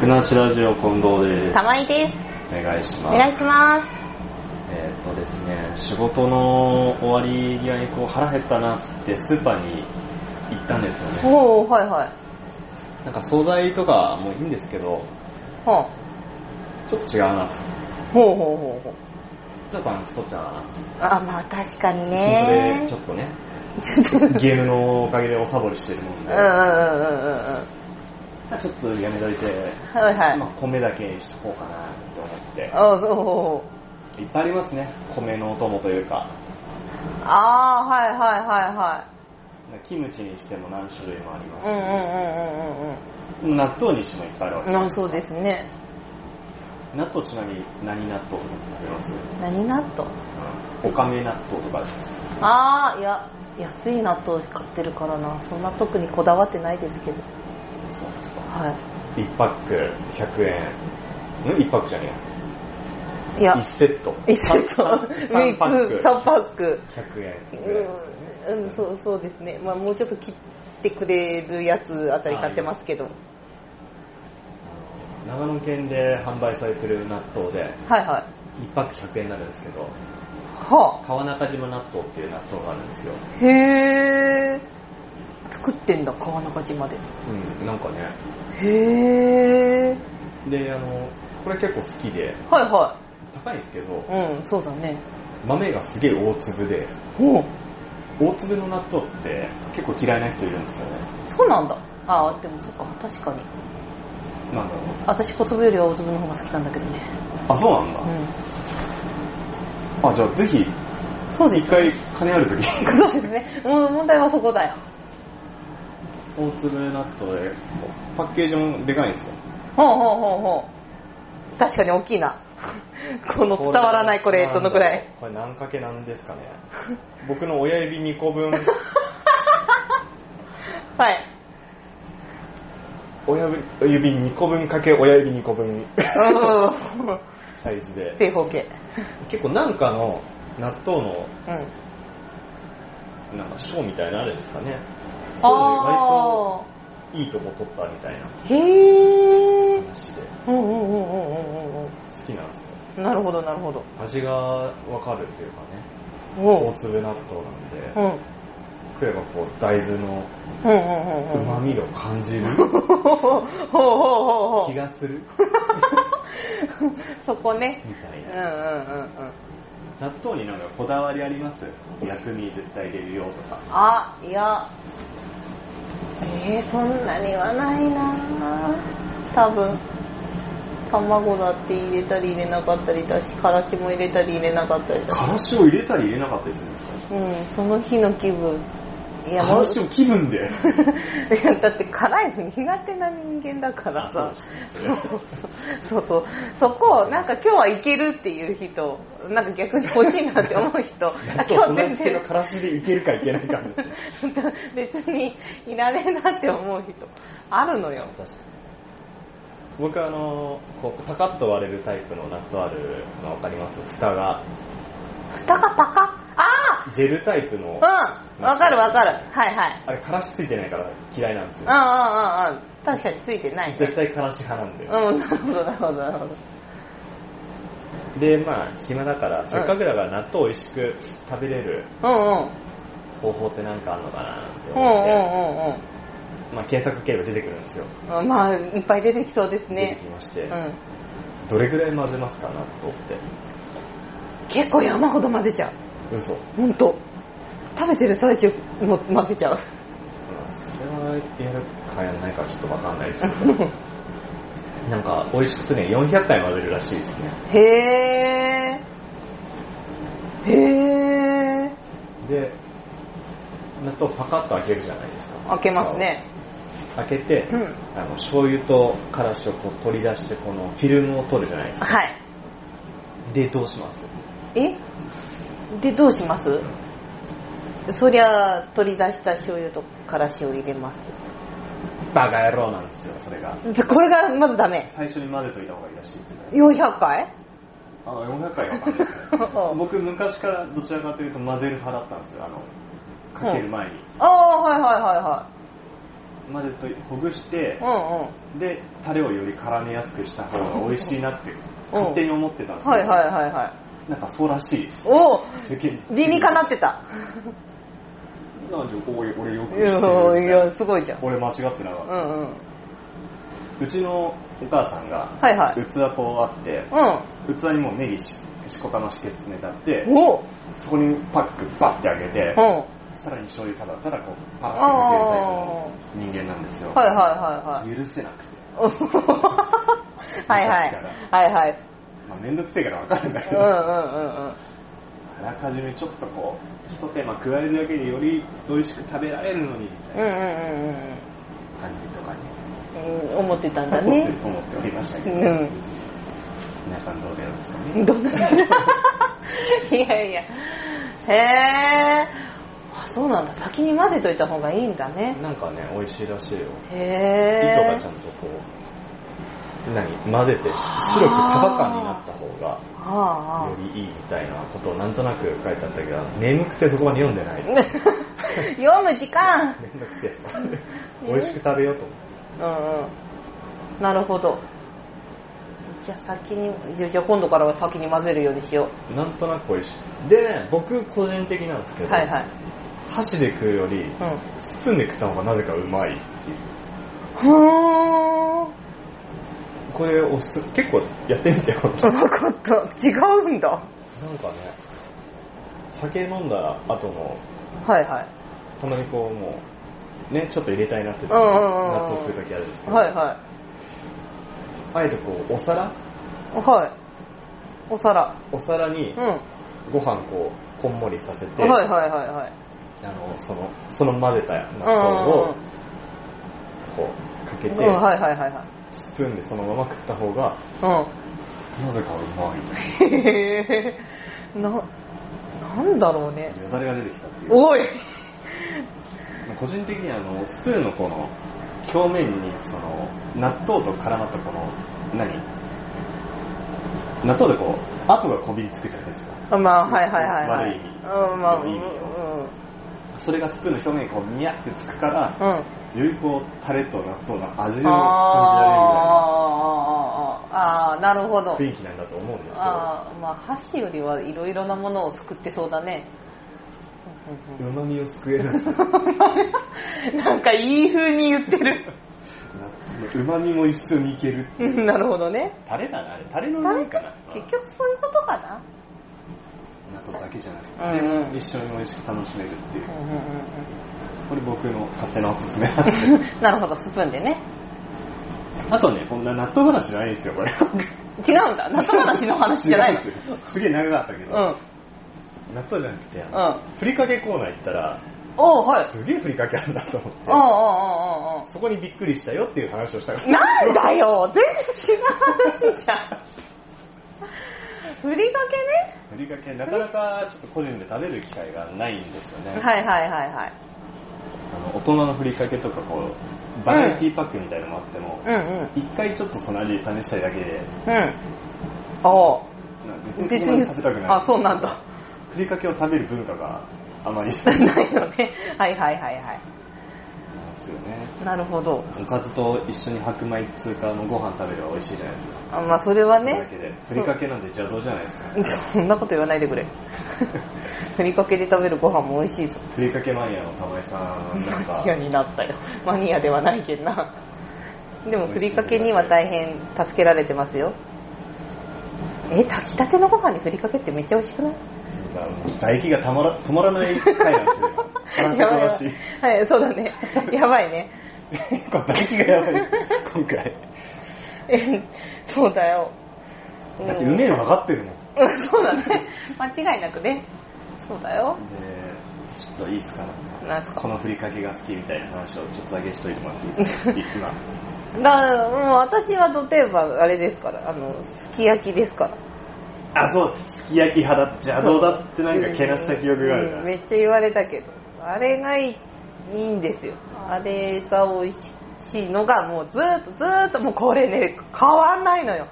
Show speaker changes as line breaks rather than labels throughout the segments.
ふなしラジオ近藤です。
玉井です。
お願いし
お
ます。
願いします。
えーっとですね、仕事の終わり際にこう腹減ったなっつってスーパーに行ったんですよね。
おおはいはい。
なんか惣菜とかもいいんですけど、
ほう
ちょっと違うなと。
ほうほうほうほう。
ちょっとあの太っちゃうなって。
あ、まあ確かに
筋トレ
ね。
ちょっと ね、ゲームのおかげでおサボりしてるもん
うん
で、
うんうんうんうんうん。
ちょっとやめといて、
はいはい。
まあ米だけにしとこうかなって思って。
あそうほうほう
いっぱいありますね、米のお供というか。
あー、はいはいはいは
キムチにしても何種類もあります
い。うん
し、
うんうんうんうん
納豆にしてもいっぱいあるわけ
うん。まあそうですね。
納豆ちなみに何納豆とか食べます、
何納豆
おかめ納豆とかです
あー、いや、安い納豆買ってるからな。そんな特にこだわってないですけど。
そうですか
は
1パック100円ん1パックじゃね
い。い
え
や
や、1セット
えっと、
3パック
3パック。
100円ぐらいですね
うん、うんそうそうですね、まあ、もうちょっと切ってくれるやつあたり買ってますけど、
あの長野県で販売されてる納豆で
はいはい、
1パック100円になるんですけど
は
川中島納豆っていう納豆があるんですよ
あ、へえ、作ってんだ、川中島で。
うんなんかね
へえ、
であのこれ結構好きで
はいは
高いんですけど
い、うん、そうだね。
豆がすげえ大粒で
おう
大粒の納豆って結構嫌いな人いるんですよね
そうなんだ。ああ、でもそっか、確かに。
なんだろう
私、小粒より大粒の方が好きなんだけどね。
あそうなんだ、
う
あじゃあぜひ
ん。そうで
一
すね。
回金ある時に
そうですね。もう問題はそこだよ。
大粒納豆でパッケージもでかいんですよ
ほうほうほうほう。確かに大きいな。 この伝わらないこれ、どのくらい。
これ何かけなんですかね僕の親指2個分
はい。
親指2個分かけ親指2個分
うん。
サイズで
正方形。
結構なんかの納豆の
うん。
なんか賞みたいなのあるんですかねそう
あ
で割といいとこ取ったみたいな
ー。へー。
話で
うんうんうんうんうんうん
好きなんですよ
うん。なるほどなるほど。
味がわかるっていうかね大
おう。
粒納豆なんで、
うん。
食えばこう大豆の
うんうんうんうん。
旨味を感じる
ほうほうほ うほ
気
う。
がする
そこね。
みた
う
い
んうん
な
うんうん。
納豆になんかこだわりあります薬味絶対入れるよとか
あ、いや。えー、そんなにはないなぁ多分。卵だって入れたり入れなかったりだし、からしも入れたり入れなかったりだし。
からしを入れたり入れなかったりするんですか
うん、その日の気分。いや、
か
もう
らしを気分で
いやだって辛いの苦手な人間だからさ
あ。
そうそうそう。そこを、なんか今日はいけるっていう人、なんか逆に欲しいなって思う 人、あ今日全然
からしでいけるかいけないかです
別にいらねえなって思う人あるのよ
僕あのこうパカッと割れるタイプの納豆あるの分かります蓋が
蓋がパカッ
ジェルタイプの
ああうんわかるわかるはいはい
あれからしついてないから嫌いなんです
う
よ
んうんうんうん確かについてない
絶対からし派なんで
うんなるほどなるほどなるほど
でまあ暇だからせっかくだから納豆を美味しく食べれる
うんうん
方法って何かあるのかなって
う
思って、
んうん
まあ、検索ければ出てくるんですよ、
うんうんまあいっぱい出てきそうです
出てき
ね
まして、
うん
どれぐらい混ぜますか納豆って
結構山ほど混ぜちゃう
嘘、
ほんと食べてる最中も混ぜち ゃう
まあ、それはやるかやらないかはちょっとわかんないですけど なんか美味しくするには400回混ぜるらしいですね
へえへえ
で納豆パカッと開けるじゃないですか
開けますね
開けて、
うん
あの醤油とからしをこう取り出してこのフィルムを取るじゃないですか
はい
でどうします
えでどうしますそりゃ取り出した醤油とからしを入れます
バカ野郎なんですよそれが
でこれがまずダメ
最初に混ぜといた方がいいらしいですね
400回
あ400回は分かんないですね僕昔からどちらかというと混ぜる派だったんですよあのかける前に、
ああはいはいは
までとほぐして、
うんうん。
で、タレをより絡めやすくした方が美味しいなって、勝手に思ってたんですけど、
はいはいはいはい。
なんかそうらしい。
おお
世間
理にかなってた。
なんでこう俺よく知っ
い
て
や、
る
いや、すごいじゃん。
俺間違ってなか
う
っ
ん
た、
うん。うん。
うちのお母さんが
はいはい
器こうあって、器にもうネギししこたましけ詰めてあって
おう
そこにパックバッてあげて、
ん。
さらに醤油ただただこうパラッて
あ
かけるタイプの人間なんですよ、
はいはいはいはい。
許せなくて、
おほほほはいはい。はいはい。
まあ、めんどくせえから分かるんだけ
うん
ど、
うん
あ
うんうん。
らかじめちょっとこうひと手間加えるだけでより美味しく食べられるのにみたい
うんう
なん
うん
感じとかに、
うんうん。思ってたんだ
思っ
ね
て。思っておりました
う
けど、
ん。
皆さんどうでなんですかね、
どんないやいや。へえ。あ、そうなんだ。先に混ぜといた方がいいんだね。
なんかね、美味しいらしいよ。
へ
糸が
え
ちゃ。んとこう、何混ぜて、白く束感になった方が、
ああ
よりいいみたいなことをなんとなく書いてあったけど、眠くてそこまで読んで ない。めん
読む時間
どくせえと思って。美味しく食べようと思って。
うんうんなるほどじゃあ先にじゃあじゃあ今度からは先に混ぜるようにしよ
なんとなく美味しい。でね、僕個人的なんですけ
う
ど、
はいはい
箸で食うより、
うん
スプーンで食った方がなぜかうまいっていう。
は
これおす、結構やってみてよ。なん
ー分かった違うんだ
かね、酒飲んだ後の
はいはい
たまにこうもうねちょっと入れたいなって時
うんうんうんうん
納豆食う時あるんですけど、
はいは
あえてこうお皿
いはいお皿
お皿
う
に
んはい
ご飯こうこんもりさせて、
はいはいはい
あのそのその混ぜた納豆
うん
をこうかけて、
うんうんはいはいはいはい
スプーンでそのまま食った方が
うん
なぜかうまい
へえななんだろうね
よだれが出てきたっていう
おい
個人的にあのスプーンのこの表面にその納豆と絡まったこの何納豆でこう跡がこびりつくじゃないですか
まあはいはいはいは
悪い
い
意味
うんまあ
良い意味
うん
それがスプーンの表面にこうニヤってつくから、
うん
よりこうタレと納豆の味を感じられるみたいな
あーあーあーあーなるほど
雰囲気なんだと思うんですよ。
あーまあ箸よりはいろいろなものをすくってそうだね
うまみを救えるんですよ。
なんかいい風に言ってる
うまみも一緒にいける。
うんなるほどね
タレだな、あれ。タレのうまみかな。
結局そういうことかな
うん。納豆だけじゃなくて、
うんうん
一緒に美味しく楽しめるっていうう。
んうんうん
これ僕の勝手なおすすめなん
う
で。
んなるほどスプーンでね
あとね、こんな納豆話じゃないんですよ、これ。
違うん だ仲間たちの話じゃないの
違うんですよすげえ長かったけど、
うん
納豆じゃなくて、あの
うん
ふりかけコーナー行ったら、
おうはい
すげえふりかけあるなと思って。
おうおうおうおうおう
そこにびっくりしたよっていう話をしたから。
なんだよ全然違う話じゃん。ふりか
ふりかけ、なかなかちょっと個人で食べる機会がないんですよ
け
ね。
ねはいはいはいはい。
あの大人のふりかけとか、こう、バラエティパックみたいなのもあっても、
うんうん。
一回ちょっとその味試したいだけで、
うん。おう
なんか別に
別
そんなに
に
食べたく、ない。
あ、そうなんだ。
ふりかけを食べる文化があまりないん
ないのね。はいはいはいは
ですよね。
い。なるほど。
おかずと一緒に白米通過のご飯食べれば美味しいじゃないですか。
あまあそれは
それだ
ね
け、で。ふりかけなんて邪道じゃないですか。
そんなこと言わないで くれ。ふりかけで食べるご飯も美味しいぞ。
ふりかけマニアの玉井さん、なん
マ
か
ニ、アになったよ。マニアではないけんな。でもふりかけには大変助けられてますよ。え、炊きたてのご飯にふりかけってめっちゃ美味し くない
唾液がたまら止まらない回なんですよ。 なかなか詳しい。
はい、そうだ ね。やばいね。
結構唾液がやばい。今回。
え、そうだよ。うん
だってうめえの分かってるもん。
うんそうだね。間違いなくね。そうだよ。
で、ちょっといいですか
なんすか
このふりかけが好きみたいな話をちょっとだけしといてもらっていいです か今。
だから、もう私は例えばあれですから、あの、すき焼きですから。
あ、そう、すき焼き派だ、邪道だって何かけなした記憶がある
う
か
ん
ら。
めっちゃ言われたけど、あれがいいいいんですよ。あれが美味しいのがもうずーっとずーっともうこれね、変わんないのよ。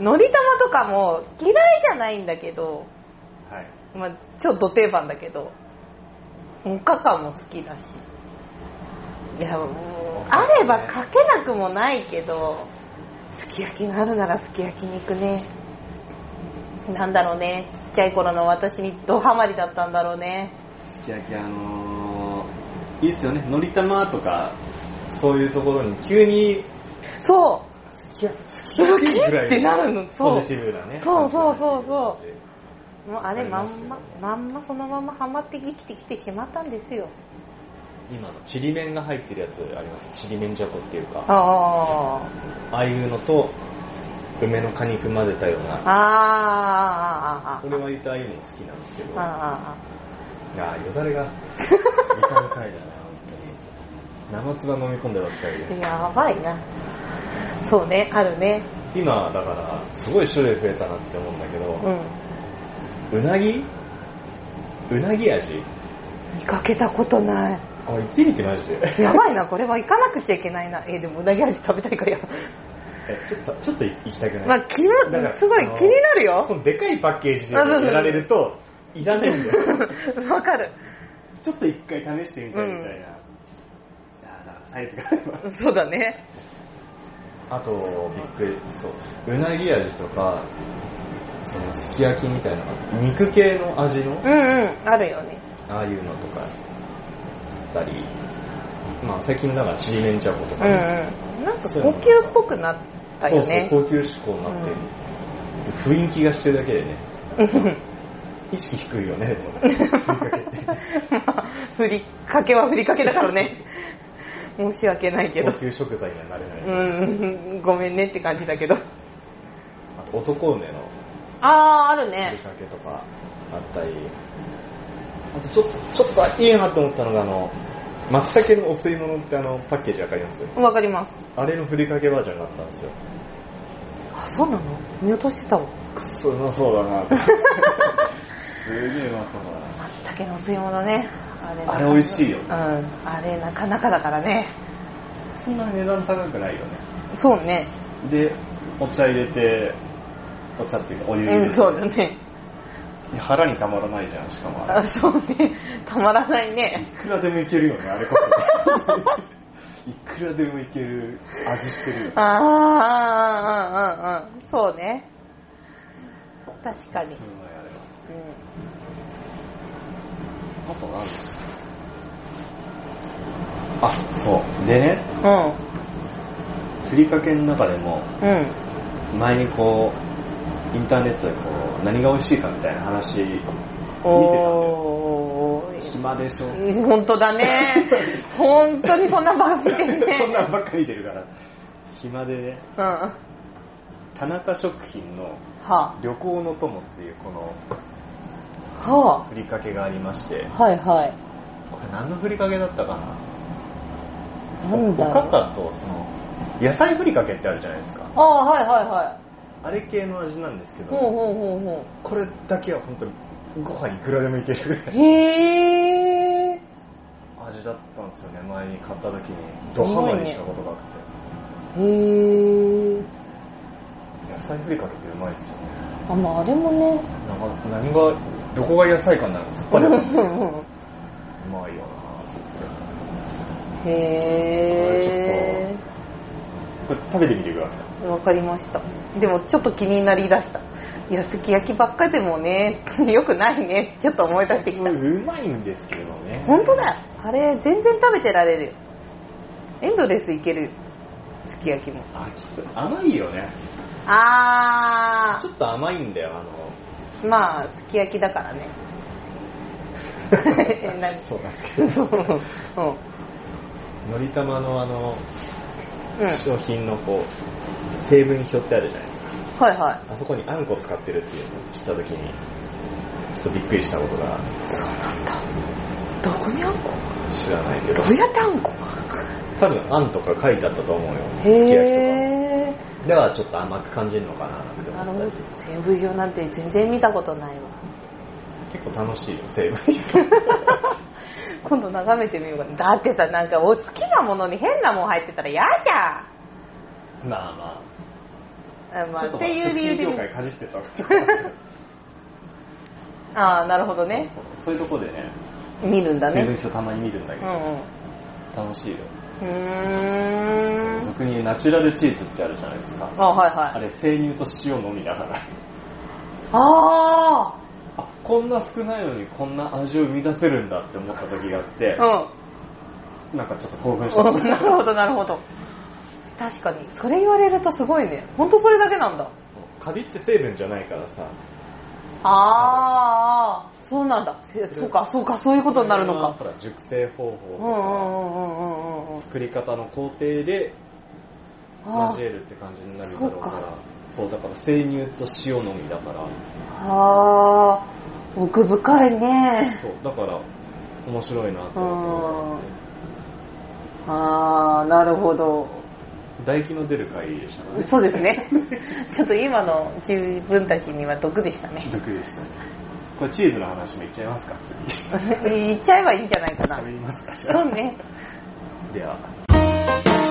のり玉とかも嫌いじゃないんだけど、
はい。
まあ、超ド定番だけど、おかかも好きだし。いや、もう、あればかけなくもないけど、すき焼きがあるならすき焼きに行くね。なんだろうね。ちっちゃい頃の私にドハマりだったんだろうね。
すき焼きあのー、いいっすよねのり玉とかそういうところに急に
そ
すき焼きす
き焼きぐらいのってなるの そう
ポジティブなね
そうそうそうそうう。もうあ
あ
れ
り
ま
ます
んま、まんまそのままハマって生きてきてしまったんですよ。
今のちりめんが入ってるやつありますちりめんじゃこっていうか
あ
ああいうのと梅の果肉混ぜたよう
あ。
な
ああ。
俺は言うとああいうのも好きなんですけどあ
あ
あよだれがみかんかいだな本当に生唾飲み込んだばっかり
あ。
で
やばいな。そうね、あるね。
今だからすごい種類増えたなって思うんだけど、
う
う
ん。
なぎうなぎ味
見かけたことない。
あ行ってみてマジ で
やばいな、これは行かなくちゃいけないな。えでもうなぎ味食べたいからや。
えちょっとちょっと行きたくない、
まあ、気に
だか
な
ら
すごい
あの
気になる
そ
よ。
のでかいパッケージで
あ
や
そうそうそう
られるといらないんだ よ
わかる。
ちょっと一回試してみたいみたいな、あだからサイズがあれば
そうだね。
あとびっくりそううなぎ味とかそのすき焼きみたいな肉系の味の
うんうん、あるよね。
ああいうのとかあったりまあ最近だからちりめんじゃこと
う
か
ん
ね、
うん。なんか高級っぽくなったよね。
そうそう、高級志向になってる、雰囲気がしてるだけでね、
うん
意識低いよね、でもねふりかけって
まあ、ふりかけはふりかけだからね。申し訳ないけど
高。級食材にはなれない。
うん、ごめんねって感じだけど。
あと、男梅の
あー、ある
ふり
ね。
かけとかあったり、あとちょっと、ちょっといいなと思ったのが、あの、松茸のお吸い物ってあの、パッケージわかります
わかります。
あれのふりかけバージョンがあったんですよ。
あ、そうなの見落としてたわ。
くっそうまそうだなって すげえうまそうだな。
竹の吸い物ね。あれ
あれ美味しいよ
うん。あれなかなかだからね。
そんなに値段高くないよね。
そうね。
で、お茶入れて、お茶っていうかお湯入れて、
うん、そうだね。
腹にたまらないじゃん、しかもあ
あ
れ。
そうね。たまらない
い
ね。
くらでもいけるよね、あれこ そ。いくらでもいける味してるよ
あー、
ね。
あーあー、あーあー、そうね。確かに。
そうだよあれは
う
あと何でしょうあ、そう。でね、
ん。うん。
ふりかけの中でも、
うん。
前にこう、インターネットでこう、何が美味しいかみたいな話、見てたんだよ。
おー。
暇でしょ。
本当だね。本当にそんなバカ見てる ね。
そんなんばっか見てるから。暇でね、
うん。は
田中食品の
あ。
旅行の友っていうこの
は
ふりかけがありまして
あ。はいはい。
これ何のふりかけだったかな
なんだろう
おかかとその野菜ふりかけってあるじゃないですか
ああ、はいはいは
あれ系の味なんですけ
い。
ど、
ほうほうほうほ
これだけは本当にご飯いくらでもいける
う。へえ。
味だったんですよね前に買った時にドハマりしたことがあって、
へえ。
野菜ふりかけってうまいですよね
あ、まああれもね。
なんか何がどこが野菜感なんです
う
か
ん
ね
う
うん
う
ま
ん
いよなつって
へ
これ食べてみてください
え。わかりました。でもちょっと気になりだした。いや、すき焼きばっかでもね、 よくないね。ちょっと思い出してきた。
うまいんですけどね
本当だよあれ全然食べてられるよエンドレスいけるよすき焼きも
あちょっと甘いよね
あ
ちょっと甘いんだよあの
ーまあすき焼きだから ねえ何
そうなんです
う
け
ん
ど のりたまのあの
うん
商品のこう成分表ってあるじゃないですか
はいは
あそこにあんこ使ってるっていうのを知った時にちょっとびっくりしたことが
いどこにあんこ
知らないけど
どうやってあんこ
多分あんとか書いてあったと思うよすき焼き
へえ
とかだからちょっと甘く感じるのかななんて
な
思
る
っ
ほ
た
ど
り
成分表なんて全然見たことないわ
結構楽しいよ成分
今度眺めてみようかなだってさなんかお好きなものに変なもん入ってたら嫌じゃ
表 まあま
んあ
あ
まあ
ちょっと
っていう理由で
食品業界かじってたわ けだから
ああなるほどね
そういうとこでね
見るんだ
成
ね
分表たまに見るんだけ
う
ど
んうん
楽しいよ
うーん。
俗に言うナチュラルチーズってあるじゃないですか。
あ、はいはい。
あれ、生乳と塩のみだから。
あ
あ、こんな少ないのにこんな味を生み出せるんだって思った時があって、
あ
なんかちょっと興奮し
うん。 な
た。
るほど、なるほど。確かに。それ言われるとすごいね。ほんとそれだけなんだ。
カビって成分じゃないからさ。
ああ、そうなんだ。えそうか、そうか、そういうことになるのか
ほ。ら、熟成方法
うん
と
うん
か、
うんうんうんうん。
作り方の工程で
あ
交えるって感じになるだろうか
あ
ら。そう、だから生乳と塩のみだから。
ああ、奥深いね。
そう、だから、面白いなって思って。
ああ、なるほど。
唾液の出る回でしたね。
そうです ね。ちょっと今の自分たちには毒でした ね。
毒でしたね。これチーズの話もいっちゃいますか次。
言っちゃえばいいんじゃないかな。
喋りますかじゃ
そ
あ
うね。
では。
は